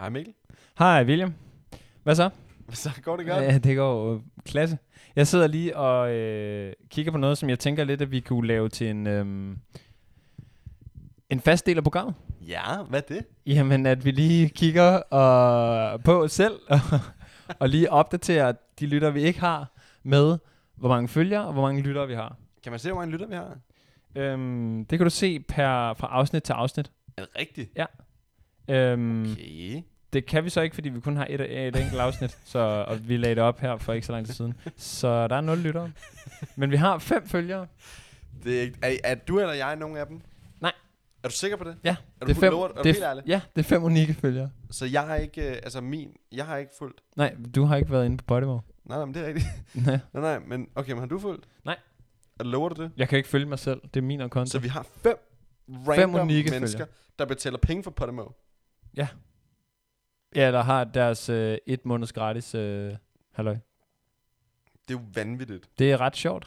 Hej Mikkel. Hej William. Hvad så? Så går det godt. Ja, det går øh, klasse. Jeg sidder lige og øh, kigger på noget, som jeg tænker lidt, at vi kunne lave til en, øh, en fast del af programmet. Ja, hvad er det? Jamen, at vi lige kigger og, på os selv og, og lige opdaterer de lytter, vi ikke har, med hvor mange følgere og hvor mange lyttere vi har. Kan man se, hvor mange lytter vi har? Øhm, det kan du se per, fra afsnit til afsnit. Er det rigtigt? Øhm, okay. Okay. Det kan vi så ikke, fordi vi kun har et, et enkelt afsnit, så, og vi lagde det op her for ikke så lang tid siden. Så der er nul lyttere. Men vi har fem følgere. Det er, ikke, er, er du eller jeg nogen af dem? Nej. Er du sikker på det? Ja, Er du, det er fuld fem. lort? Er du det er, helt ærlig? f- ja, det er fem unikke følgere. Så jeg har ikke, øh, altså min, jeg har ikke fulgt. Nej, du har ikke været inde på Podimo. Nej, nej, men det er rigtigt. Nej, Nej, nej, men okay, men har du fulgt? Nej. Er, lover du det? jeg kan ikke følge mig selv. Det er min konto. Så vi har fem random unikke mennesker, der betaler penge for Podimo. Ja, der har deres øh, et måneds gratis øh, halløj. Det er jo vanvittigt. Det er ret sjovt.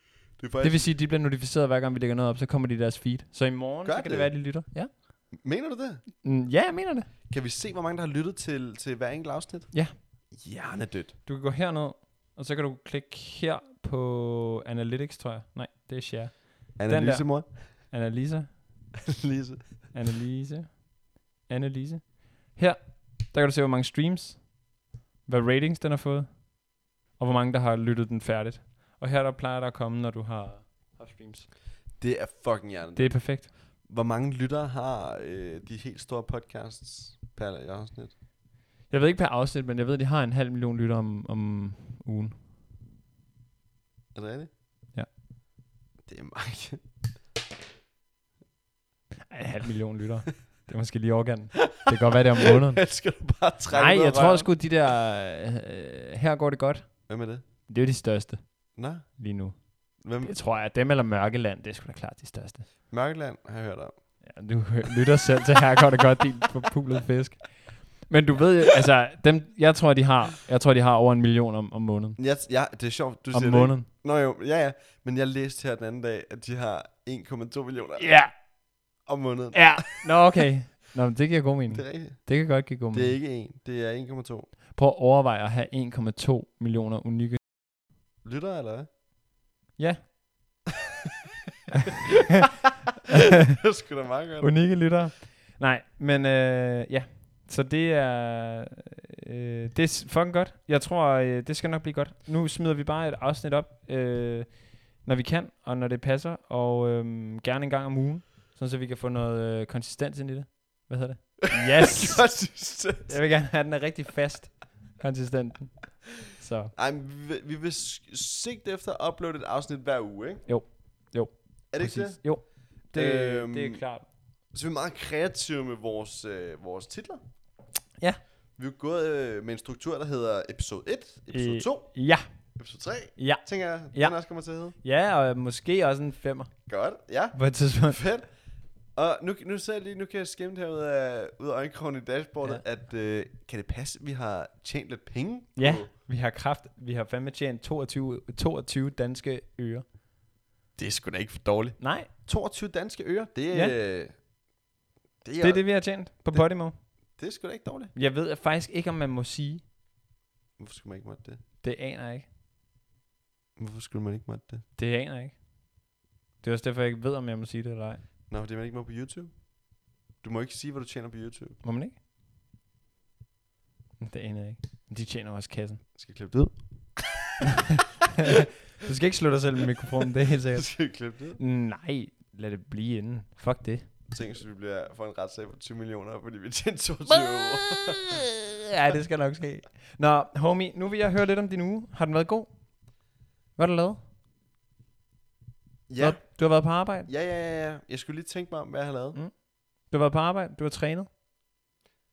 Det er Det faktisk... vil sige, at de bliver notificeret hver gang, vi lægger noget op, så kommer de i deres feed. Så i morgen, Gør så kan det? det? være, at de lytter. Ja. Mener du det? Mm, ja, jeg mener det. Kan vi se, hvor mange der har lyttet til, til hver enkelt afsnit? Ja. Hjernedødt. Du kan gå herned, og så kan du klikke her på Analytics, tror jeg. Nej, det er share. Analyse, mor. Analyse. Lise. Analyse. Analyse. Her, der kan du se, hvor mange streams, hvad ratings den har fået, og hvor mange, der har lyttet den færdigt. Og her, der plejer der at komme, når du har, har streams. Det er fucking hjernedødt. Det er perfekt. Hvor mange lyttere har øh, de helt store podcasts per afsnit? Jeg ved ikke per afsnit, men jeg ved, at de har en halv million lytter om, om ugen. Er det rigtigt? Ja. Det er mange. Ej, en halv million lytter. Det er måske lige organen. Det kan godt være, det er om måneden. Det skal du bare trække Nej, ud af jeg tror røven. sgu, de der... Øh, her går det godt. Hvem er det? Det er jo de største Nå, lige nu. hvem? Jeg tror, at dem eller Mørkeland, det er sgu da klart de største. Mørkeland har jeg hørt om. Ja, du hø- lytter selv til her går det godt, din forpulede fisk. Men du ved, jo, altså, dem, jeg tror, de har, jeg tror, de har over en million om, om måneden. Jeg, jeg, det er sjovt, du om siger det. måneden. ikke. Nå jo, ja ja. Men jeg læste her den anden dag, at de har 1,2 millioner Ja, om måneden. ja. Nå, okay. Nå, men det giver god mening. Det er rigtigt. Det kan godt give god mening. Det er ikke 1, det er 1,2. Prøv at overveje at have 1,2 millioner unikke. Lytter eller hvad? Ja. det skulle da meget godt. unikke lyttere. Nej, men øh, ja. Så det er, øh, det er s- fucking godt. Jeg tror, øh, det skal nok blive godt. Nu smider vi bare et afsnit op, øh, når vi kan, og når det passer, og øh, gerne en gang om ugen, sådan så vi kan få noget øh, konsistens ind i det. Hvad hedder det? Yes! Konsistent. Jeg vil gerne have, at den er rigtig fast, konsistenten. Så Ej, men vi, vil- vi vil s- sigte efter at uploade et afsnit hver uge, ikke? Jo. Jo. Er det ikke det? Jo, det, Øhm, øhm, det er klart. Så vi er meget kreative med vores, øh, vores titler. Ja. Vi er gået øh, med en struktur, der hedder episode 1, episode Øh. øh. 2, Ja, episode 3. ja. Tænker jeg, Ja. den også kommer til at hedde. Ja, og måske også en femmer Godt, ja. på et tidspunkt. Fedt. Og nu, nu ser jeg lige, nu kan jeg skimte her ud af, ud af øjenkrogen i dashboardet, ja. at øh, kan det passe, at vi har tjent lidt penge? Ja, På? vi har kraft, vi har fandme tjent 22, 22 danske øre. Det er sgu da ikke for dårligt. Nej, 22 danske øre, det er... Ja. Øh, det, er, det er det, vi har tjent på Det- Podimo. det er sgu da ikke dårligt. Jeg ved faktisk ikke, om man må sige. Hvorfor skulle man ikke måtte det? Det aner jeg ikke. Hvorfor skulle man ikke måtte det? Det aner jeg ikke. Det er også derfor, jeg ikke ved, om jeg må sige det eller ej. Nå, fordi man ikke må på YouTube. Du må ikke sige, hvad du tjener på YouTube. Må man ikke? Det aner jeg ikke. Men De tjener også kassen. Jeg skal klippe det ud. du skal ikke slå dig selv med mikrofonen, det er helt Jeg sikkert. skal klippe det ud. Nej, lad det blive inden. Fuck det. Tænk, hvis vi bliver, får en retssag på 20 millioner, fordi vi tjener 22 euro. ja, det skal nok ske. Nå, homie, nu vil jeg høre lidt om din uge. Har den været god? Hvad har du lavet? Ja. Nå, Du har været på arbejde. ja, ja, ja, ja. Jeg skulle lige tænke mig om, hvad jeg har lavet. Du har været på arbejde. Du har trænet.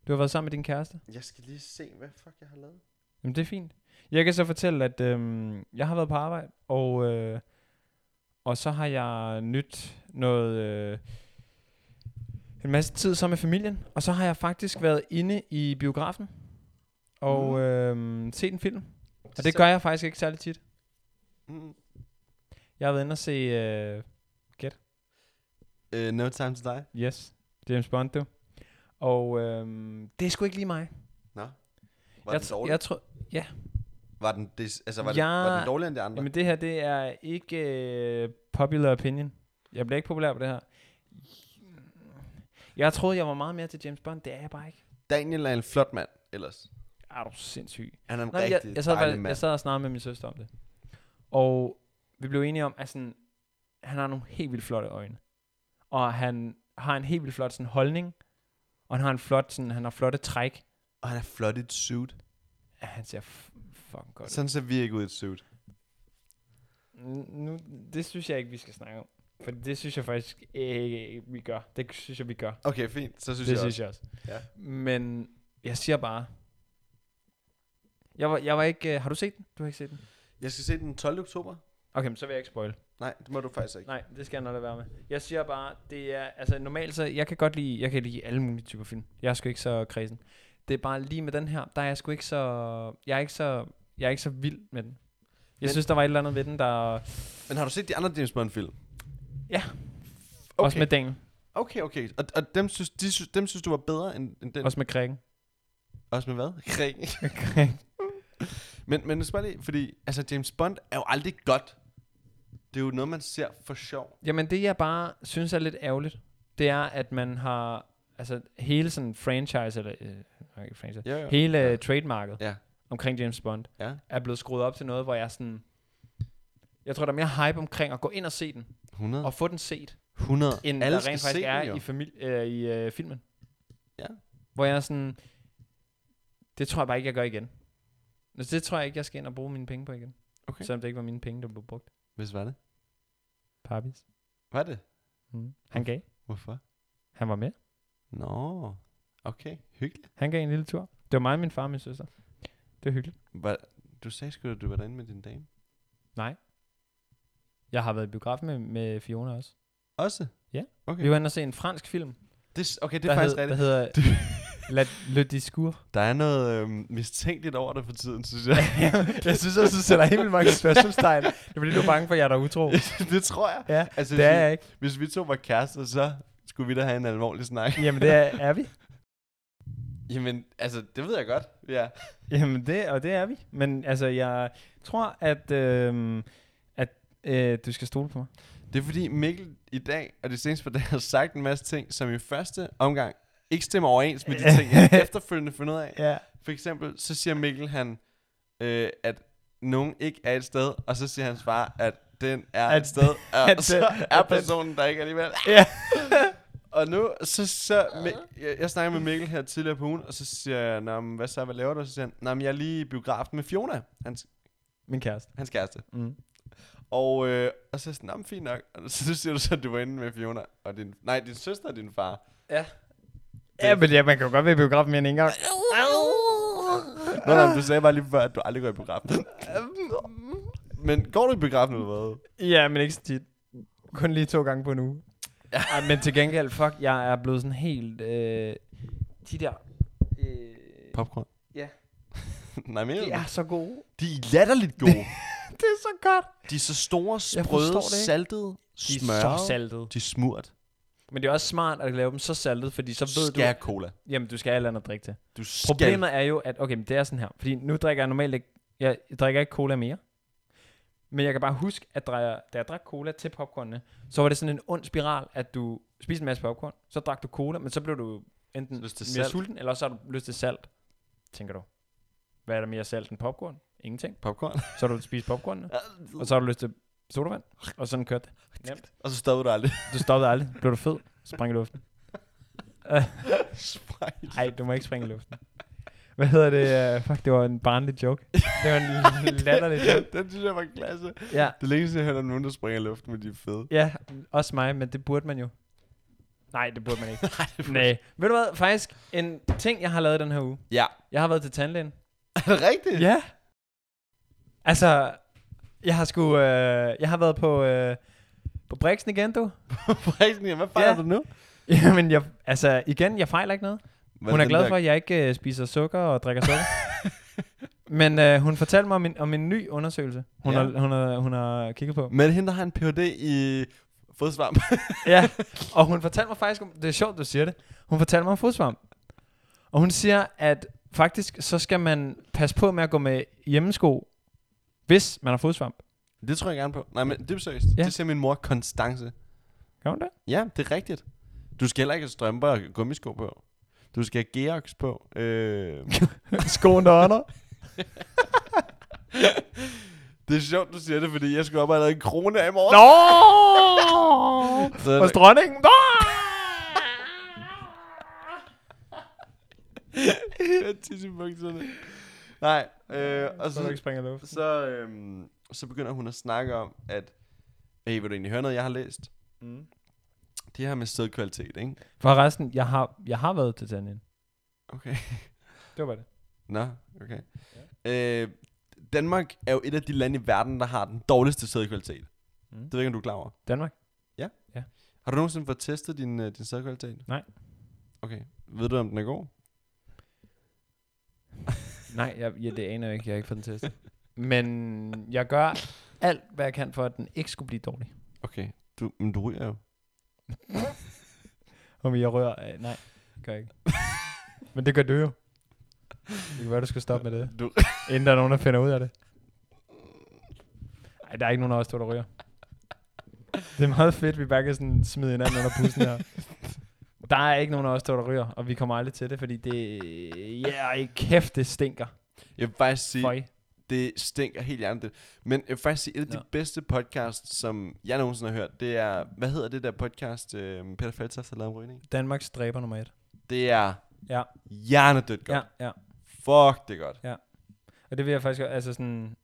Du har været sammen med din kæreste. Jeg skal lige se, hvad fuck jeg har lavet. Jamen, det er fint. Jeg kan så fortælle, at øhm, jeg har været på arbejde, og, øh, og så har jeg nyt noget... Øh, en masse tid sammen med familien, og så har jeg faktisk været inde i biografen og Mm. øhm, set en film. Og det gør jeg faktisk ikke særlig tit. Mm. Jeg har været inde og se øh, Uh, no time to die. Yes, James Bond, du. Og øhm, det Det er sgu ikke lige mig. Nå. Var jeg, den tr- dårlig? jeg tror, ja. var den, des, altså, var, Jeg- den, var den dårligere end de andre? Men det her, det er ikke øh, popular opinion. Jeg bliver ikke populær på det her. Jeg troede, jeg var meget mere til James Bond. Det er jeg bare ikke. Daniel er en flot mand, ellers. Er du sindssyg? Han er en Nej, men jeg, rigtig jeg, sad, dejlig faktisk, jeg mand. sad og snakkede med min søster om det. Og vi blev enige om, at sådan, han har nogle helt vildt flotte øjne. Og han har en helt vildt flot sådan, holdning. Og han har en flot, sådan, han har flotte træk. Og han er flot i et suit. Ja, han ser f- fucking godt ud. Sådan ser vi ikke ud i et suit. N- Nu, det synes jeg ikke, vi skal snakke om. For det synes jeg faktisk ikke, vi gør. Det synes jeg, vi gør. Okay, fint. Så synes det jeg synes også. jeg også. Ja. Men jeg siger bare... Jeg var, jeg var ikke... øh, har du set den? Du har ikke set den? Jeg skal se den 12. oktober. Okay, men så vil jeg ikke spoil. Nej, det må du faktisk ikke. Nej, det skal jeg nok lade være med. Jeg siger bare, det er, altså normalt så, jeg kan godt lide, jeg kan lide alle mulige typer film. Jeg er sgu ikke så kredsen. Det er bare lige med den her, der er jeg sgu ikke så, jeg er ikke så, jeg er ikke så vild med den. Jeg Men- men, synes, der var et eller andet ved den, der... Men har du set de andre James Bond-film? Ja. Okay. Også med Daniel. Okay, okay. Og, og dem, synes, de synes, dem synes du var bedre end, end den? Også med Krikken. Også med hvad? Kring. men, men spørg lige, fordi altså, James Bond er jo aldrig godt. Det er jo noget, man ser for sjov. Jamen det, jeg bare synes er lidt ærgerligt, det er, at man har... Altså hele sådan franchise, eller... Øh, nej, ikke franchise. Ja, ja. Hele Ja. ja. trademarket Ja. omkring James Bond. Ja, er blevet skruet op til noget, hvor jeg er sådan... Jeg tror, der er mere hype omkring at gå ind og se den, 100. og få den set, 100. end Mm. Alle Alle der skal rent se faktisk den, er jo. i, famili- øh, i øh, filmen. Ja. Hvor jeg er sådan... Det tror jeg bare ikke, jeg gør igen. Altså, det tror jeg ikke, jeg skal ind og bruge mine penge på igen. Okay. Selvom det ikke var mine penge, der blev brugt. Hvis var det? Pappis. Var det? Mm. Han gav. Hvorfor? Han var med. Nå, okay. Hyggeligt. Han gav en lille tur. Det var mig, min far og min søster. Det var hyggeligt. Var, du sagde sgu, at du var derinde med din dame. Jeg har været i biografen med, med Fiona også. Også? Ja. Okay, Vi var inde og se en fransk film. det, s- okay, det der er faktisk hed, rigtigt. Der hedder La, Le Discours. Der er noget øhm, mistænkeligt over det for tiden, synes jeg. jeg synes også, du sætter helt vildt mange spørgsmålstegn. Det er fordi, du er bange for, at jeg er der utro. det tror jeg. Ja, Altså, det er hvis, jeg ikke. vi, hvis vi to var kærester, så skulle vi da have en alvorlig snak. Jamen, det er, er vi. Jamen, altså, det ved jeg godt. Ja. Jamen, det, og det er vi. Men altså, jeg tror, at, øhm, at øh, du skal stole på mig. Det er fordi Mikkel i dag og det seneste par dage har sagt en masse ting, som i første omgang ikke stemmer overens med de ting, jeg efterfølgende finder ud af. Ja. For eksempel, så siger Mikkel, han, øh, at nogen ikke er et sted, og så siger hans far, at den er at, At- et sted, og at så den- er at den- personen der ikke alligevel. Ja. Og nu, så, så Mi- jeg, jeg snakker med Mikkel her tidligere på ugen, og så siger jeg, "Nå, men hvad så, hvad laver du? Og så siger han, "Nå, men jeg er lige i biografen med Fiona, hans, Min kæreste. hans kæreste. Mm. Og, øh, og så er jeg sådan, "Nå, men fint nok. Og så siger du så, at du var inde med Fiona, og din, nej, din søster og din far. Ja, men ja, man kan jo godt være i biografen mere end en gang. Nå, nej, men du sagde bare lige før, at du aldrig går i biografen. men går du i biografen eller hvad? Ja, men ikke så tit. Kun lige to gange på en uge. Ja. Ej, men til gengæld, fuck, jeg er blevet sådan helt... Øh, de der... Øh, Popcorn? Ja. Nej, men de er så gode. de er latterligt gode. Det er så godt. de er så store, forstår sprøde, det ikke. saltede, De er smørrede. så saltede. De er smurt. Men det er også smart at lave dem så saltet, fordi så ved skal du... du... cola. Jamen, du skal have et eller andet at drikke til. Du skal. Problemet er jo, at... Okay, men det er sådan her. Fordi nu drikker jeg normalt ikke... Jeg drikker ikke cola mere. Men jeg kan bare huske, at da jeg, da jeg drak cola til popcornene, så var det sådan en ond spiral, at du spiste en masse popcorn, så drak du cola, men så blev du enten mere Lyst til salt. sulten, eller så har du lyst til salt. Tænker du, hvad er der mere salt end popcorn? Ingenting. popcorn. Så har du spist popcornene, og så har du lyst til sodavand, og sådan kørte det. Nemt. og så stopper du aldrig. Du stoppede aldrig. Blev du fed? Spring i luften. Sprite. Nej, du må ikke springe i luften. Hvad hedder det? Øh, Fuck, det var en barnlig joke. Det var en latterlig joke. Den synes jeg var klasse. Ja, Det er længe siden, jeg hører nogen, der springer i luften, men de er fede. ja, også mig, men det burde man jo. Nej, det burde man ikke. Nej. Ved du hvad? Faktisk en ting, jeg har lavet den her uge. Ja. Jeg har været til tandlægen. Er det rigtigt? Ja. Altså, jeg har sgu... Øh, jeg har været på... Øh, på Brixen igen, du. Forresten, hvad fejler Ja. du nu? Jamen, jeg, altså, igen, jeg fejler ikke noget. Hvad hun er den glad der- for, at jeg ikke øh, spiser sukker og drikker sukker. Men øh, hun fortalte mig om en, om en ny undersøgelse, hun, Ja. ja. har, hun, har, hun har kigget på. Men hende, der har en Ph.D. i fodsvamp. ja, og hun fortalte mig faktisk om... Det er sjovt, du siger det. Hun fortalte mig om fodsvamp. Og hun siger, at faktisk så skal man passe på med at gå med hjemmesko, hvis man har fodsvamp. Det tror jeg gerne på. Nej, men det er seriøst. Ja. Ja. Det siger min mor Konstance. Gør hun det? Ja, det er rigtigt. Du skal heller ikke have strømper og gummisko på. Du skal have Geox på. Øh, Skoen der ånder. det er sjovt, du siger det, fordi jeg skulle op og have lavet en krone af i morgen. Nå! Så er Hos det- dronningen. Nå! Jeg tisser i bukserne. Nej, øh, og Så du ikke så, springer luft. så, øh, så begynder hun at snakke om, at hey, vil du egentlig høre noget, jeg har læst? Mm. Det her med sædkvalitet, ikke? For resten, jeg har, jeg har været til Tanien. Okay. Det var det. Nå, okay. Ja. Øh, Danmark er jo et af de lande i verden, der har den dårligste sædkvalitet. Mm. Mm. Det ved jeg ikke, om du er klar over. Danmark. Har du nogensinde fået testet din, øh, din sædkvalitet? Nej. Okay. Ved du, om den er god? Nej, jeg, ja, det aner jeg ikke. Jeg har ikke fået den testet. Men jeg gør alt, hvad jeg kan for, at den ikke skulle blive dårlig. Okay. Du, men du ryger jo. Om jeg rører... Øh, nej, det gør jeg ikke. Men det gør du jo. Det kan være, du skal stoppe med det. Du, Inden der er nogen, der finder ud af det. Ej, der er ikke nogen af os, to, der ryger. Det er meget fedt, vi bare kan sådan smide hinanden under pussen her. Der er ikke nogen af os, to, der ryger, og vi kommer aldrig til det, fordi det... Ja, yeah, kæft, det stinker. jeg vil faktisk sige, Føj. det stinker helt andet. Men jeg vil faktisk sige, et af de Nå. bedste podcasts, som jeg nogensinde har hørt, det er, hvad hedder det der podcast, øh, Peter Faltoft har lavet om rygning? Danmarks dræber nummer et. Det er Ja. hjernedødt godt. Ja. Ja, ja. Fuck, det er godt. Og det vil jeg faktisk... godt- Altså sådan...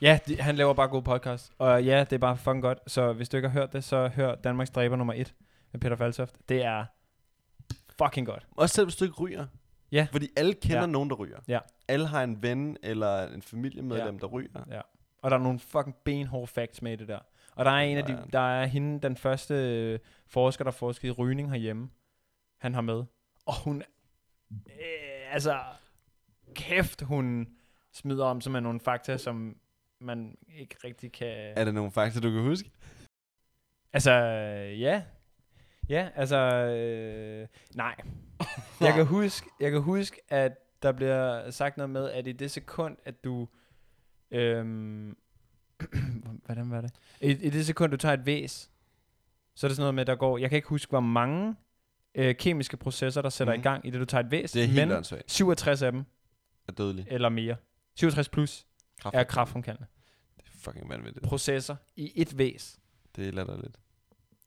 Ja, de, han laver bare gode podcast. Og ja, det er bare fucking godt. Så hvis du ikke har hørt det, så hør Danmarks dræber nummer et med Peter Falsoft. Det er fucking godt. Også selv hvis du ikke ryger. Ja. Fordi alle kender Ja. ja. nogen, der ryger. Ja. Alle har en ven eller en familiemedlem, Ja. ja. der ryger. Og der er nogle fucking benhårde facts med i det der. Og der er en af de, Sådan. der er hende, den første øh, forsker, der forskede i rygning herhjemme, han har med. Og hun, øh, altså, kæft, hun smider om som er nogle fakta, som man ikke rigtig kan... Er der nogle fakta, du kan huske? Altså, ja. Ja, altså, øh, nej. Jeg kan, huske, jeg kan huske, at der bliver sagt noget med, at i det sekund, at du... Øhm, hvordan var det? I, I det sekund, du tager et væs, så er det sådan noget med, der går... Jeg kan ikke huske, hvor mange øh, kemiske processer, der sætter mm. i Mhm. gang i det, du tager et væs. Det er men helt åndssvagt. 67 af dem, Er dødelig. eller mere. 67 plus Kraft. er kraftfremkaldende. Det er fucking vanvittigt. Processer i et væs. Det er latterligt.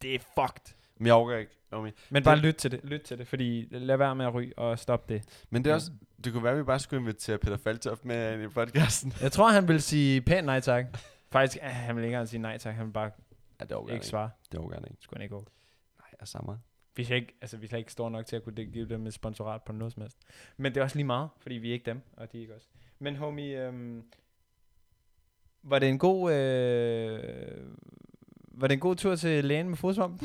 Det er fucked. Men jeg overgår ikke. Jo, men- Men bare lyt til det, lyt til det, fordi lad være med at ryge og stop det. Men det er Ja. også... Det kunne være, at vi bare skulle invitere Peter Faltoft med ind i podcasten. Jeg tror, han vil sige pænt nej tak. Faktisk, øh, han vil ikke engang sige nej tak, han vil bare Ja, det overgår jeg ikke ikke. svare. Det overgår jeg ikke. Det skulle han ikke over. Nej, jeg samler. Vi er ikke, altså, vi er ikke store nok til at kunne give dem et sponsorat på noget som helst. Men det er også lige meget, fordi vi er ikke dem, og de er ikke os. Men homie, øhm, var det en god... Øh, var det en god tur til lægen med fodsvamp?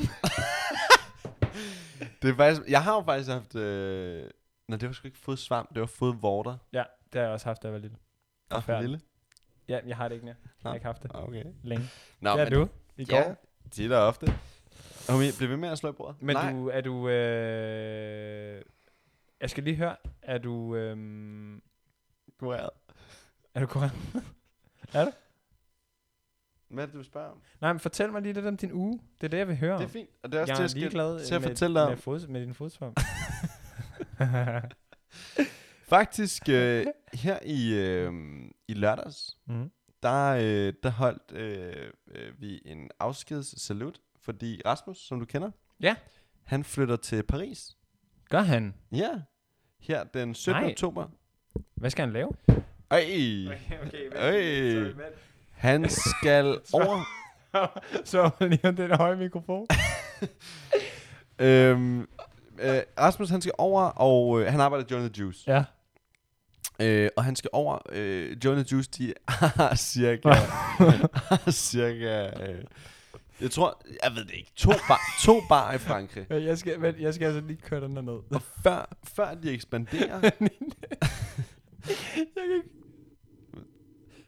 Det er faktisk, jeg har jo faktisk haft... Øh, nej, det var sgu ikke fået svamp, det var fået vorter. ja, det har jeg også haft, da jeg var lille. Og for Forfærdeligt. lille. Ja, jeg har det ikke mere. Jeg Nå. har ikke haft det Ah, Okay. længe. Nå, det er du. I går. Ja, det er der ofte. Homie, bliv ved med at slå i bordet. Men nej, du, er du... Øh, jeg skal lige høre, er du... Øh, du er er du korrekt? Hvad er det, du spørger om? Nej, men fortæl mig lige lidt om din uge. Det er det, jeg vil høre Det er om. fint, og det er også jeg det, er jeg skal... ligeglad øh, til at med, fortælle dig med, om. fod, med din fodsvamp. Faktisk, øh, her i, øh, i lørdags, mm. der, øh, der holdt øh, øh, vi en afskedssalut, fordi Rasmus, som du kender, Ja. han flytter til Paris. Gør han? Ja, her den 17. Nej. Nej. oktober. Hvad skal han lave? Ej, okay. vent, Øj. sorry, han skal over... Så var lige om den høje mikrofon. Øhm, øh, Rasmus, han skal over, og øh, han arbejder i Jonah Juice. ja. Øh, og han skal over øh, Jonah Juice, de har cirka, har cirka øh, jeg tror, jeg ved det ikke, to bar, to bar i Frankrig. Øh, Jeg skal, men jeg skal altså lige køre den der ned. Og før, før de ekspanderer,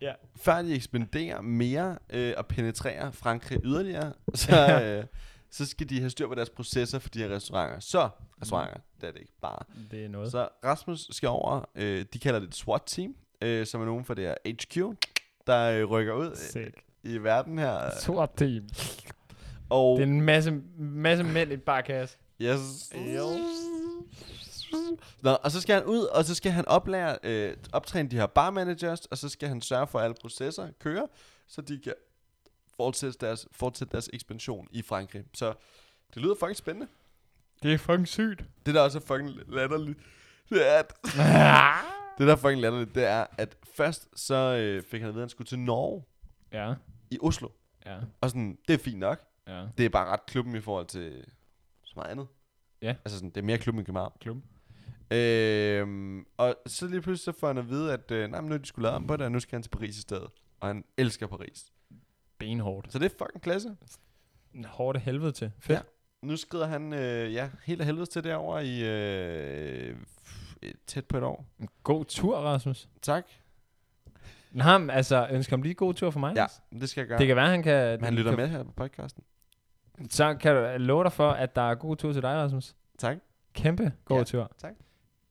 ja. før de ekspanderer mere øh, og penetrerer Frankrig yderligere, så, øh, så skal de have styr på deres processer for de her restauranter. Så, restauranter, det er det ikke bare. Det er noget. Så. Så Rasmus skal over, øh, de kalder det et SWAT-team, øh, som er nogen fra det her HQ, der øh, rykker ud øh, Sick. i verden her. Sort team. Og Det er en masse, masse mænd i et barkasse. Yes. Jo. Nå, og så skal han ud, og så skal han oplære, øh, optræne de her barmanagers, og så skal han sørge for, at alle processer kører, så de kan fortsætte deres, fortsætte deres ekspansion i Frankrig. Så det lyder fucking spændende. Det er fucking sygt. Det, der også er fucking latterligt, det er, at, det, der er fucking latterligt, det er, at først så øh, fik han at vide, at han skulle til Norge ja, i Oslo. ja, Og sådan, det er fint nok. ja. Det er bare ret klubben i forhold til så meget andet. Ja. Altså sådan, det er mere klubben i København. Klub. Øhm, og så lige pludselig så får han at vide, at øh, nej, men nu er de skulle lave om på det, og nu skal han til Paris i stedet. Og han elsker Paris. Benhårdt. Så det er fucking klasse. Hårdt af helvede til. Fedt. Ja. Nu skrider han øh, ja, helt af helvede til derovre i øh, f- øh, tæt på et år. God tur, Rasmus. Tak. Nej, men altså, ønsker ham lige god tur for mig. Ja, det skal jeg gøre. Det kan være, han kan... Men han lytter kan, med her på podcasten. Så kan du love dig for, at der er god tur til dig, Rasmus. Tak. Kæmpe god Ja. tur.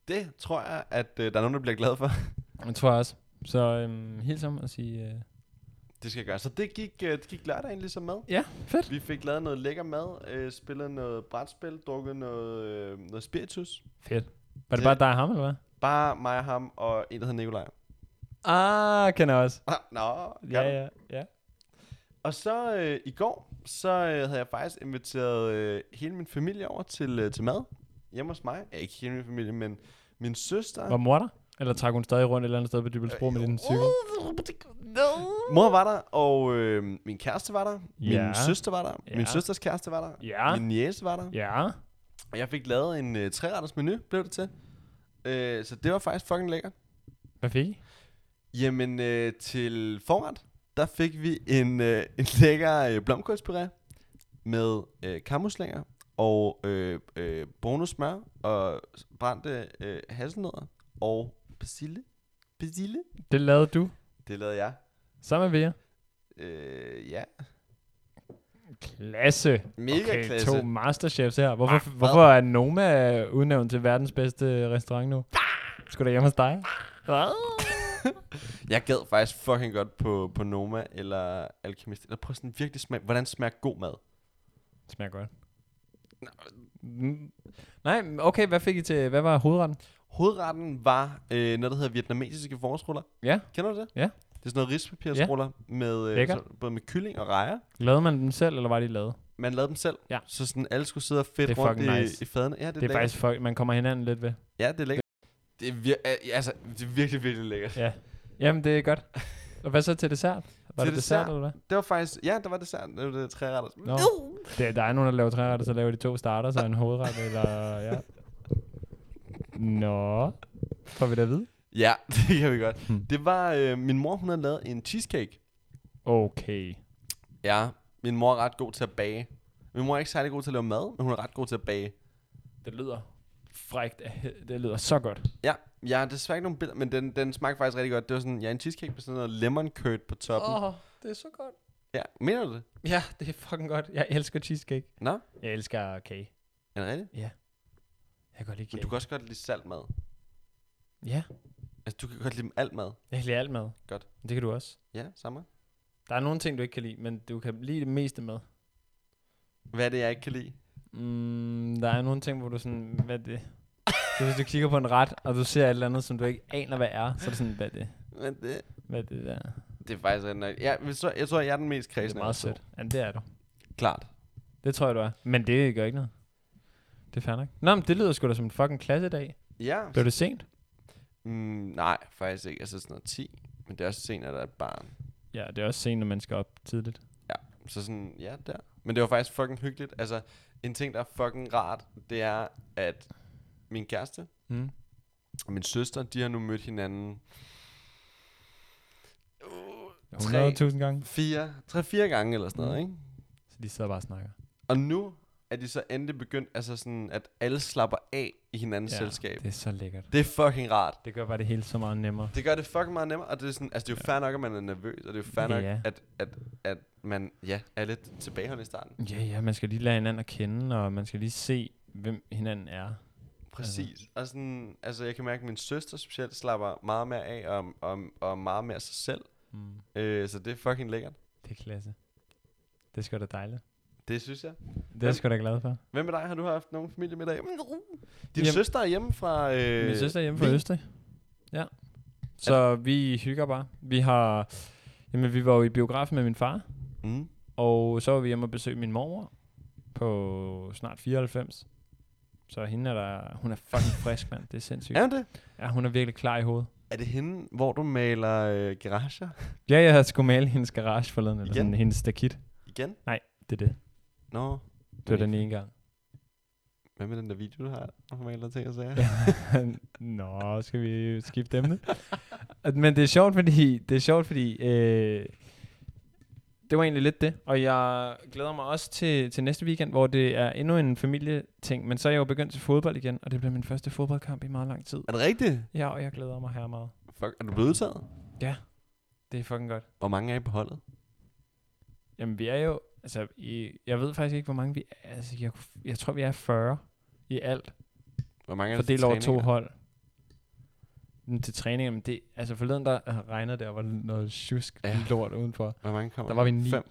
Det tror jeg, at øh, der er nogen, der bliver glad for. Det tror jeg også. Så øhm, hils ham og sige... Øh, Det skal jeg gøre. Så det gik, øh, det gik lørdagen ligesom med. ja, fedt. Vi fik lavet noget lækker mad, øh, spillet noget brætspil, drukket noget, øh, noget spiritus. Fedt. Var det, Det- bare dig og ham, eller hvad? Bare mig og ham og en, der hedder Nikolaj. Ah, kender jeg også. Ah, Nå, gør Ja, du? ja, ja. Og så øh, i går, så øh, havde jeg faktisk inviteret øh, hele min familie over til, øh, til mad hjemme hos mig. Ja, ikke hele min familie, men min søster. Var mor der? Eller trak hun stadig rundt et eller andet sted på Dybelsbro Øh, med din cykel? Mor var der, og øh, min kæreste var der. Ja. Min søster var der. Ja. Min søsters kæreste var der. Ja. Min niece var der. Ja. Og jeg fik lavet en øh, træretters menu, blev det til. Øh, så det var faktisk fucking lækkert. Hvad fik I? Jamen, øh, til forret, der fik vi en, øh, en lækker øh, blomkålspuré med øh, kammuslinger og øh, øh, bonus smør og brændte øh, hasselnødder og persille. Persille? Det lavede du. Det lavede jeg. Sammen med Vera. Øh, ja. Klasse. Mega okay, klasse. to masterchefs her. Hvorfor, Ah, hvorfor er Noma udnævnt til verdens bedste restaurant nu? Skulle da hjemme hos dig? Hvad? Jeg gad faktisk fucking godt på, på Noma eller Alchemist. Eller prøv sådan virkelig smag. Hvordan smager god mad? Det smager godt. Mm. Nej, men okay, hvad fik I til? Hvad var hovedretten? Hovedretten var øh, noget, der hedder vietnamesiske forårsruller. Ja. Kender du det? Ja. Det er sådan noget rispapirsruller ja. med øh, Lækkert. så, både med kylling og rejer. Lavede man den selv, eller var de lavet? Det, Man lavede dem selv, Ja. så sådan alle skulle sidde og Det fedt er rundt i, fucking nice. i fadene. Ja, det, det er lækkert. faktisk folk, man kommer hinanden lidt ved. Ja, det er lækkert. Det er, vir- al- altså, det er virkelig, virkelig lækkert. Ja. Jamen, det er godt. Og hvad så til dessert? Var Til det dessert, dessert? eller hvad? Det var faktisk... Ja, der var dessert. Det var det tre retter. Nå. Det, der er nogen, der laver træretter, så laver de to starter, så en hovedret, eller ja. Nå, får vi da at vide? Ja, det kan vi godt. Hmm. Det var... Øh, min mor, hun havde lavet en cheesecake. Okay. Ja, min mor er ret god til at bage. Min mor er ikke særlig god til at lave mad, men hun er ret god til at bage. Det lyder frækt. af hel- Det lyder så godt. Ja, jeg har desværre ikke nogen billeder, men den, den smagte faktisk rigtig godt. Det var sådan, ja, en cheesecake med sådan noget lemon curd på toppen. Oh. det er så godt. Ja, mener du det? Ja, det er fucking godt. Jeg elsker cheesecake. Nå, Jeg elsker kage. er det rigtigt? Jeg kan godt lide Men kage. du kan også godt lide salt mad. Ja, Altså, du kan godt lide alt mad. jeg kan lide alt mad. Godt. Det kan du også. Ja, samme. Der er nogle ting, du ikke kan lide, men du kan lide det meste med. Hvad er det, jeg ikke kan lide? Mm, der er nogle ting, hvor du sådan, hvad er det? Så hvis du kigger på en ret, og du ser et eller andet, som du ikke aner, hvad er, så er det sådan, hvad er det? Men det, Hvad er det der? det er faktisk rigtig nok. Ja, men så, jeg tror, jeg er den mest Det kredsende. er meget sødt. Ja, det er du. Klart. Det tror jeg, du er. Men det gør ikke noget. Det er fair nok. Nå, men det lyder sgu da som en fucking klasse i dag. Ja. Blev det sent? Mm, nej, faktisk ikke. Altså sådan noget 10. Men det er også sent, at der er et barn. Ja, det er også sent, når man skal op tidligt. Så sådan, ja, der. Men det var faktisk fucking hyggeligt. Altså, en ting, der er fucking rart, det er, at min kæreste, Mm. Og min søster, de har nu mødt hinanden... 100.000 gange. 4, 3-4 gange eller sådan noget, Mhm. ikke? Så de sidder bare og snakker. Og nu er de så endelig begyndt, altså sådan, at alle slapper af i hinandens ja. selskab. Det er så lækkert. Det er fucking rart. Det gør bare det hele så meget nemmere. Det gør det fucking meget nemmere, og det er sådan, altså det er jo fair nok, at man er nervøs, og det er jo fair nok, Ja. at, at, at man ja, er lidt tilbageholdende i starten. Ja, ja, man skal lige lære hinanden at kende, og man skal lige se, hvem hinanden er. Præcis. Altså. Og sådan, altså jeg kan mærke, at min søster specielt slapper meget mere af og, og, og meget mere sig selv. Mm. Øh, så det er fucking lækkert. Det er klasse. Det er sgu da dejligt. Det synes jeg. Det er jeg sgu da glad for. Hvem med dig? Har du haft nogen familiemiddag? Din Mm. Jamen- søster er hjemme fra... Øh, Min søster er hjemme fra Wien. Østrig. Ja. Så vi hygger bare. Vi har... Jamen, vi var jo i biografen med min far, Mm. og så var vi hjemme og besøge min mormor på snart 94. Så hende er der... Hun er fucking frisk, mand. Det er sindssygt. Er hun det? Ja, hun er virkelig klar i hovedet. Er det hende, hvor du maler øh, garager Ja, jeg havde skulle male hendes garage forleden, eller Igen? sådan hendes stakit. igen? Det er det. Nå, Det var den ene gang. hvad med den der video, du har, hvor du maler ting og sager? Nå, skal vi skifte emne? At- Men det er sjovt, fordi, det er sjovt, fordi øh, det var egentlig lidt det. Og jeg glæder mig også til, til næste weekend, hvor det er endnu en familieting. Men så er jeg jo begyndt til fodbold igen, og det bliver min første fodboldkamp i meget lang tid. Er det rigtigt? Ja, og jeg glæder mig her meget. Fuck, er du blevet udtaget? Det er fucking godt. Hvor mange er I på holdet? Jamen, vi er jo... Altså, i, jeg ved faktisk ikke, hvor mange vi er. Altså, jeg, kunne- jeg tror, vi er 40 i alt. Hvor mange er der til fordelt over to træninger? hold. Men til træning, men det, altså forleden der øh, regnede der, var noget sjusk Ja. ja. lort udenfor. Hvor mange kommer Der var vi ni. Fem.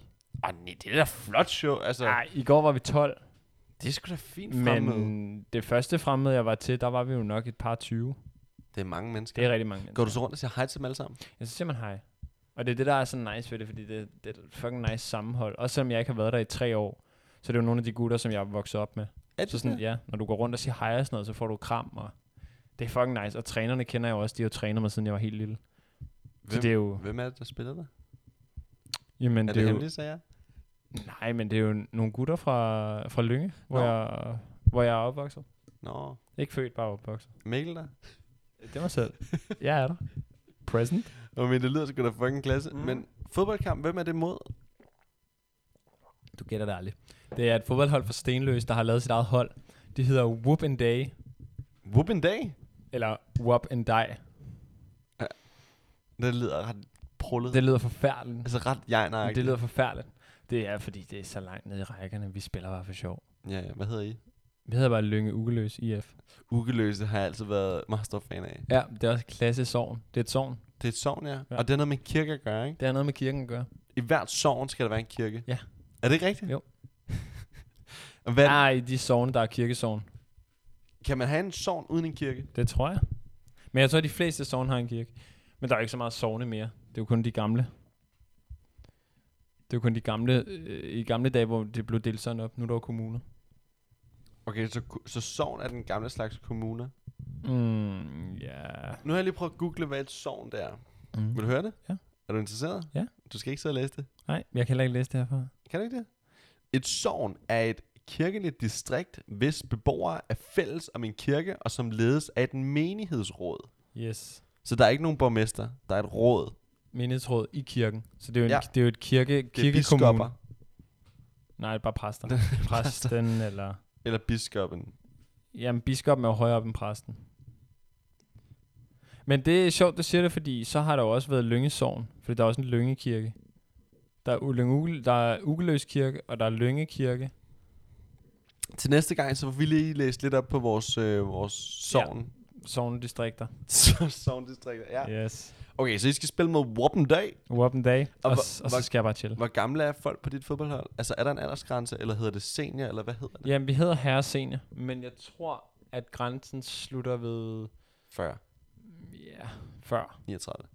Ah, nej, det er da flot show. Altså, Nej, i går var vi 12, det er sgu da fint fremmed. men det første fremmede, jeg var til, der var vi jo nok et par 20. Det er mange mennesker. Det er rigtig mange mennesker. Går du så rundt og siger hej til dem alle sammen? Ja, så siger man hej. Og det er det, der er så nice ved det, fordi det, det er et fucking nice sammenhold. Også selvom jeg ikke har været der i tre år, så er det jo nogle af de gutter, som jeg er vokset op med. Er Så sådan, ja, når du går rundt og siger hej og sådan noget, så får du kram, og det er fucking nice. Og trænerne kender jeg jo også, de har jo trænet mig, siden jeg var helt lille. Så Hvem- det er jo... Hvem er det, der spiller der? Jamen, er det, det er jo, hemmeligt, sagde jeg? Nej, men det er jo nogle gutter fra, fra Lynge, hvor Nå. jeg, hvor jeg er opvokset. Nå, Ikke født, bare opvokset. Mikkel der? Det er mig selv. jeg er der. Present. Nå, men det lyder sgu da fucking klasse. Mm. Mm. Men fodboldkamp, hvem er det mod? Du gætter det aldrig. Det er et fodboldhold fra Stenløs, der har lavet sit eget hold. De hedder Whoop and Day, Whoop en dag? eller Whoop and Die. Det lyder ret prullet. Det, Det lyder forfærdeligt. altså ret jeg nej. Det lyder forfærdeligt. Det er, fordi det er så langt nede i rækkerne. Vi spiller bare for sjov. Ja, ja, hvad hedder I? Vi hedder bare Lynge Ugeløs IF. Ugeløse har jeg altid været meget stor fan af. Ja, det er også klasse sovn. Det er et sovn. Det er et sovn, ja. ja. Ja. Og det er noget med en kirke at gøre, ikke? Det har noget med kirken at gøre. I hvert sovn skal der være en kirke. Ja. Er det ikke rigtigt? Jo. Og Hvad, ah. Nej, de sovne, der er kirkesovn. Kan man have en sovn uden en kirke? Det tror jeg. Men jeg tror, at de fleste sogne har en kirke. Men der er jo ikke så meget sovne mere. Det er jo kun de gamle. Det er jo kun de gamle, øh, i gamle dage, hvor det blev delt sådan op. Nu er der jo kommuner. Okay, så, ku- så sovn er den gamle slags kommune. Mm, ja. Nu har jeg lige prøvet at google, hvad et sovn det er. Mm. Vil du høre det? Ja. Er du interesseret? Ja. Du skal ikke sidde og læse det. Nej, jeg kan heller ikke læse det herfra. Kan du ikke det? Et sogn er et kirkeligt distrikt, hvis beboere er fælles om en kirke, og som ledes af et menighedsråd. Yes. Så der er ikke nogen borgmester, der er et råd. Menighedsråd i kirken. Så det er jo, en, Ja. ja. det er jo et kirke, Det er kirkekommune. biskopper, Nej, bare præster. Præsten eller... eller biskoppen. Jamen, biskoppen er jo højere op end præsten. Men det er sjovt, du siger det, fordi så har der jo også været Lyngesovn, fordi der er også en Lyngekirke. Der er, Ulyng, der er Ugeløs Kirke, og der er Lyngekirke. Til næste gang, så får vi lige læst lidt op på vores, øh, vores sogn. Sognedistrikter. Ja. Sogndistrikter, ja. Yes. Okay, så I skal spille mod Wappendag. Open day. Og, hvor- og, s- og hvor- så skal jeg bare chill. Hvor gamle er folk på dit fodboldhold? Altså, er der en aldersgrænse, eller hedder det senior, eller hvad hedder det? Jamen, vi hedder herre senior, men jeg tror, at grænsen slutter ved... 40, Ja, før. 39,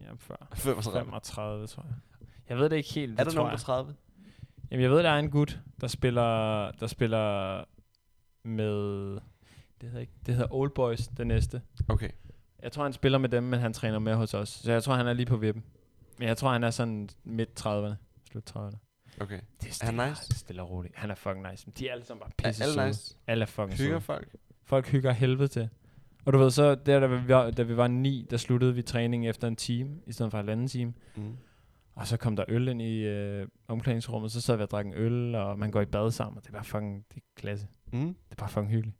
Ja, før. 35. 35, tror jeg. Jeg ved det ikke helt, det Er der tror nogen jeg. på 30? Jamen, jeg ved, der er en gut, der spiller, der spiller med... Det hedder, ikke, det hedder Old Boys, den næste. Okay. Jeg tror, han spiller med dem, men han træner med hos os. Så jeg tror, han er lige på vippen. Men jeg tror, han er sådan midt 30'erne. Slut 30'erne. Okay. Det er stille- nice? Det er stille og roligt. Han er fucking nice. Men De er alle sammen bare pisse Er alle nice? Alle er fucking Hygger søde. folk? Folk hygger af helvede til. Og du ved så, der, da, vi var, da vi var ni, der sluttede vi træningen efter en time, i stedet for halvanden time. Mm. Og så kom der øl ind i øh, omklædningsrummet, så sad vi og drak en øl, og man går i bad sammen, og det er bare fucking, det er klasse. Mm. Det er bare fucking hyggeligt.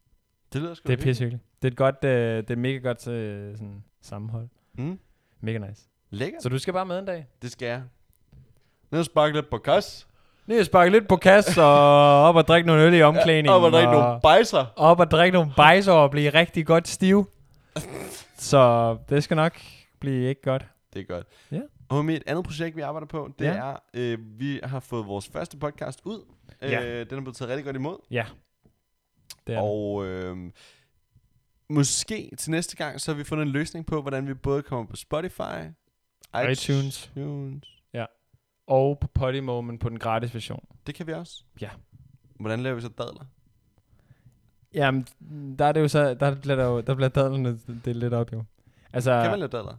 Det lyder sgu Det er da pisse hyggeligt. Det er et godt, øh, det er et mega godt øh, sådan, sammenhold. hyggeligt. Mm. Mega nice. Lækkert. Så du skal bare med en dag. Det skal jeg. Ned og sparke lidt på kas. Lige at sparke lidt på kasse og op og drikke nogle øl i omklædningen. og var der ikke nogen bajser. op og drikke nogle bajser og blive rigtig godt stiv. Så det skal nok blive ikke godt. Det er godt. Ja. Og mit andet projekt, vi arbejder på, det Ja. er, øh, vi har fået vores første podcast ud. Ja. Øh, den er blevet taget rigtig godt imod. Det Ja. er det. Og øh, måske til næste gang, så har vi fundet en løsning på, hvordan vi både kommer på Spotify, iTunes. iTunes. og på Podimo, men på den gratis version. Det kan vi også. Ja. Hvordan laver vi så dadler? Jamen, der er det jo så, der bliver der jo, der bliver dadlerne det lidt op jo. Altså, Kan man lave dadler?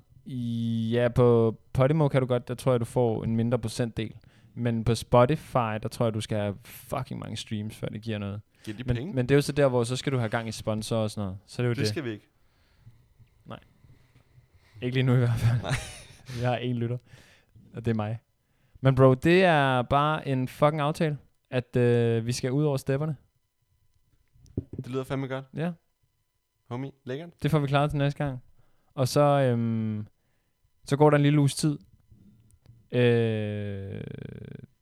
ja, på Podimo kan du godt, der tror jeg, du får en mindre procentdel. Men på Spotify, der tror jeg, du skal have fucking mange streams, før det giver noget. Giv de penge? Men, men det er jo så der, hvor så skal du have gang i sponsorer og sådan noget. Så er det jo det. det skal vi ikke. Ikke lige nu i hvert fald. Nej. jeg har en lytter, og det er mig. Men bro, det er bare en fucking aftale, at øh, vi skal ud over stepperne. Det lyder fandme godt. Ja, Homie, lækkert. det får vi klaret til næste gang. Og så, øhm, så går der en lille uges tid. Øh,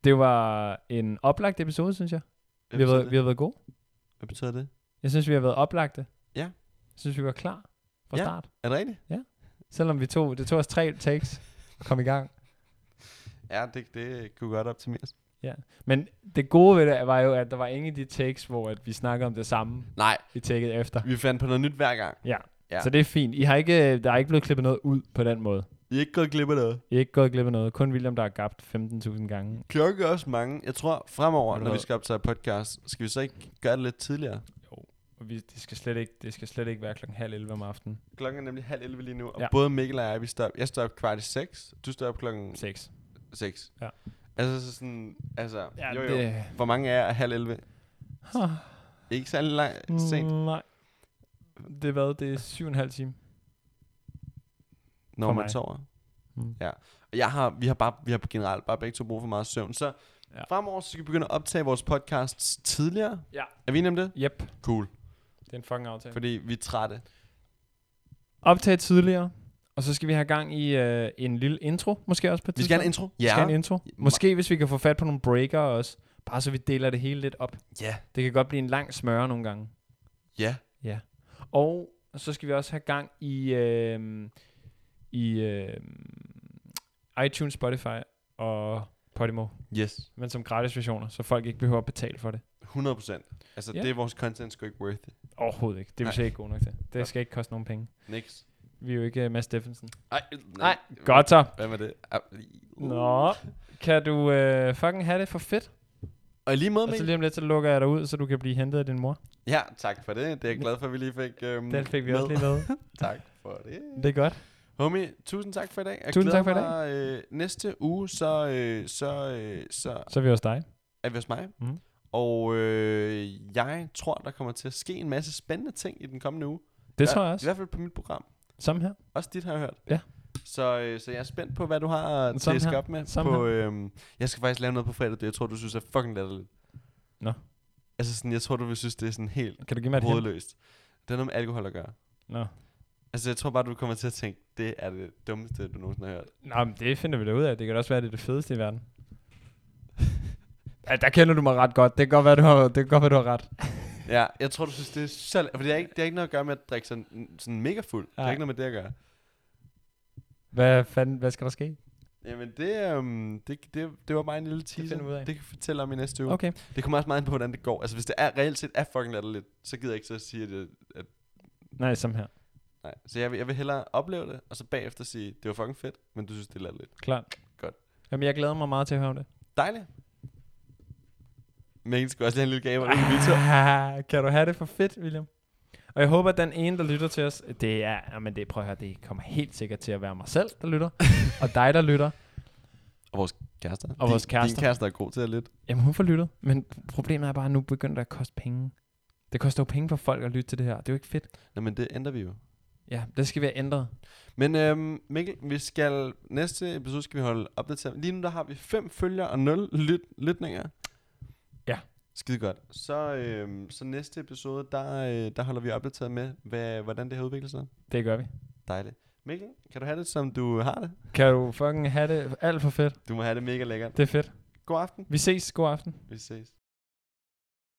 det var en oplagt episode, synes jeg. Hvad Vi har, betyder været, det? vi har været gode. Hvad betyder det? Jeg synes, vi har været oplagte. Ja. Jeg synes, vi var klar fra Ja. start. Er det rigtigt? Selvom vi tog, det tog os tre takes at komme i gang. Ja, det, det kunne godt optimeres. Men det gode ved det var jo, at der var ingen af de takes, hvor at vi snakkede om det samme Nej, i taket efter. vi fandt på noget nyt hver gang. Ja. Ja. ja. Så det er fint. I har ikke, der er ikke blevet klippet noget ud på den måde. I er ikke gået glip af noget. I er ikke gået glip af noget. Kun William, der har gabt 15.000 gange. Klokken er også mange. Jeg tror, fremover, Ved du når vi hvad? skal optage podcast, skal vi så ikke gøre det lidt tidligere? Og vi, det, skal slet ikke, det skal slet ikke være klokken halv 11 om aftenen. Klokken er nemlig halv 11 lige nu, og ja. Ja. både Mikkel og jeg, vi står op. Jeg står op kvart i 6, du står op klokken 6. 6. Ja. Altså så sådan, altså, ja, jo jo. Det... Det, Hvor mange er halv 11? huh, Mm. Ikke særlig langt, sent. Nej. Det er hvad? Det er syv og en halv time. Når For man mig. sover. Mm. Ja. Og jeg har, vi har bare, vi har generelt bare begge to brug for meget søvn. Så ja. Ja. fremover så skal vi begynde at optage vores podcasts tidligere. Ja. Er vi enige om det? Yep. Cool. Det er en fucking aftale. Fordi vi er trætte. Optag tidligere. Og så skal vi have gang i øh, en lille intro, måske også på et Vi skal tidspunkt. have en intro. Vi skal have en intro. Ja. Måske hvis vi kan få fat på nogle breaker også. Bare så vi deler det hele lidt op. Ja. Det kan godt blive en lang smøre nogle gange. Ja. Og så skal vi også have gang i, øh, i øh, iTunes, Spotify og Podimo. Yes. Men som gratis versioner, så folk ikke behøver at betale for det. 100 procent. Altså, Ja. det er vores content sgu ikke worth it. Overhovedet ikke. Det er vi Nej. slet ikke gode nok til. Det skal ikke koste nogen penge. Next. Vi er jo ikke uh, Mads Steffensen. Ej, øh, Nej, Godt så. Hvad med det? Ah, uh. Nå, kan du øh, fucking have det for fedt? Og i lige måde, Og så med. Mm. lige om lidt, så lukker jeg dig ud, så du kan blive hentet af din mor. Ja, tak for det. Det er jeg glad for, at vi lige fik øhm, Den fik vi med. også lige lavet. Tak for det. Det er godt. Homie, tusind tak for i dag. Jeg Tusind glæder tak for i mig, Øh, næste uge, så, øh, så, øh, så Så er vi hos dig. er vi hos mig. Mhm. Og øh, jeg tror, der kommer til at ske en masse spændende ting i den kommende uge. Det Ja, tror jeg I også. hvert fald på mit program. Sammen her. Også dit har jeg hørt. Ja. Så, øh, så jeg er spændt på, hvad du har at Sådan tæske her. op med. Sådan På, øh, jeg skal faktisk lave noget på fredag, det jeg tror, du synes er fucking latterligt. Nå. Altså sådan, jeg tror, du vil synes, det er sådan helt Kan du give mig et hint? hovedløst. Det har noget med alkohol at gøre. Nå. Altså, jeg tror bare, du kommer til at tænke, det er det dummeste, du nogensinde har hørt. Nå, men det finder vi da ud af. Det kan da også være, det er det fedeste i verden. ja, der kender du mig ret godt. Det kan godt være, du har, det kan godt være, du har ret. Ja, jeg tror, du synes, det er så... la- Fordi det er ikke, det er ikke noget at gøre med at drikke sådan, sådan mega fuld. Det er Nej. ikke noget med det at gøre. Hvad fanden, hvad skal der ske? Jamen, det, øhm, det, det, det var bare en lille teaser. finder vi ud af. det kan vi fortælle om i næste uge. Okay. Det kommer også meget an på, hvordan det går. Altså, hvis det er reelt set er fucking latterligt, så gider jeg ikke så sige, at, jeg- at Nej, som her. Nej, så jeg vil, jeg vil hellere opleve det, og så bagefter sige, det var fucking fedt, men du synes, det lader lidt. Klart. Godt. Jamen, jeg glæder mig meget til at høre om det. Dejligt. Mikkel skal også lige have en lille gave, og det er en video. Ah, kan du have det for fedt, William? Og jeg håber, at den ene, der lytter til os, det er, jamen det, prøv at høre, det kommer helt sikkert til at være mig selv, der lytter, og dig, der lytter. Og vores kærester. Og vores Din, kærester. din kærester er god til at lidt. Jamen hun får lyttet, men problemet er bare, at nu begynder det at koste penge. Det koster jo penge for folk at lytte til det her, det er jo ikke fedt. Nå, men det ændrer vi jo. Ja, det skal vi have ændret. Men øhm, Mikkel, vi skal, næste episode skal vi holde opdateret. Lige nu der har vi fem følger og nul lyt, lytninger. Ja. Skide godt. Så, øhm, så næste episode, der, øh, der holder vi opdateret med, hvad, hvordan det har udviklet sig. Det gør vi. Dejligt. Mikkel, kan du have det, som du har det? Kan du fucking have det alt for fedt. Du må have det mega lækkert. Det er fedt. God aften. Vi ses. God aften. Vi ses.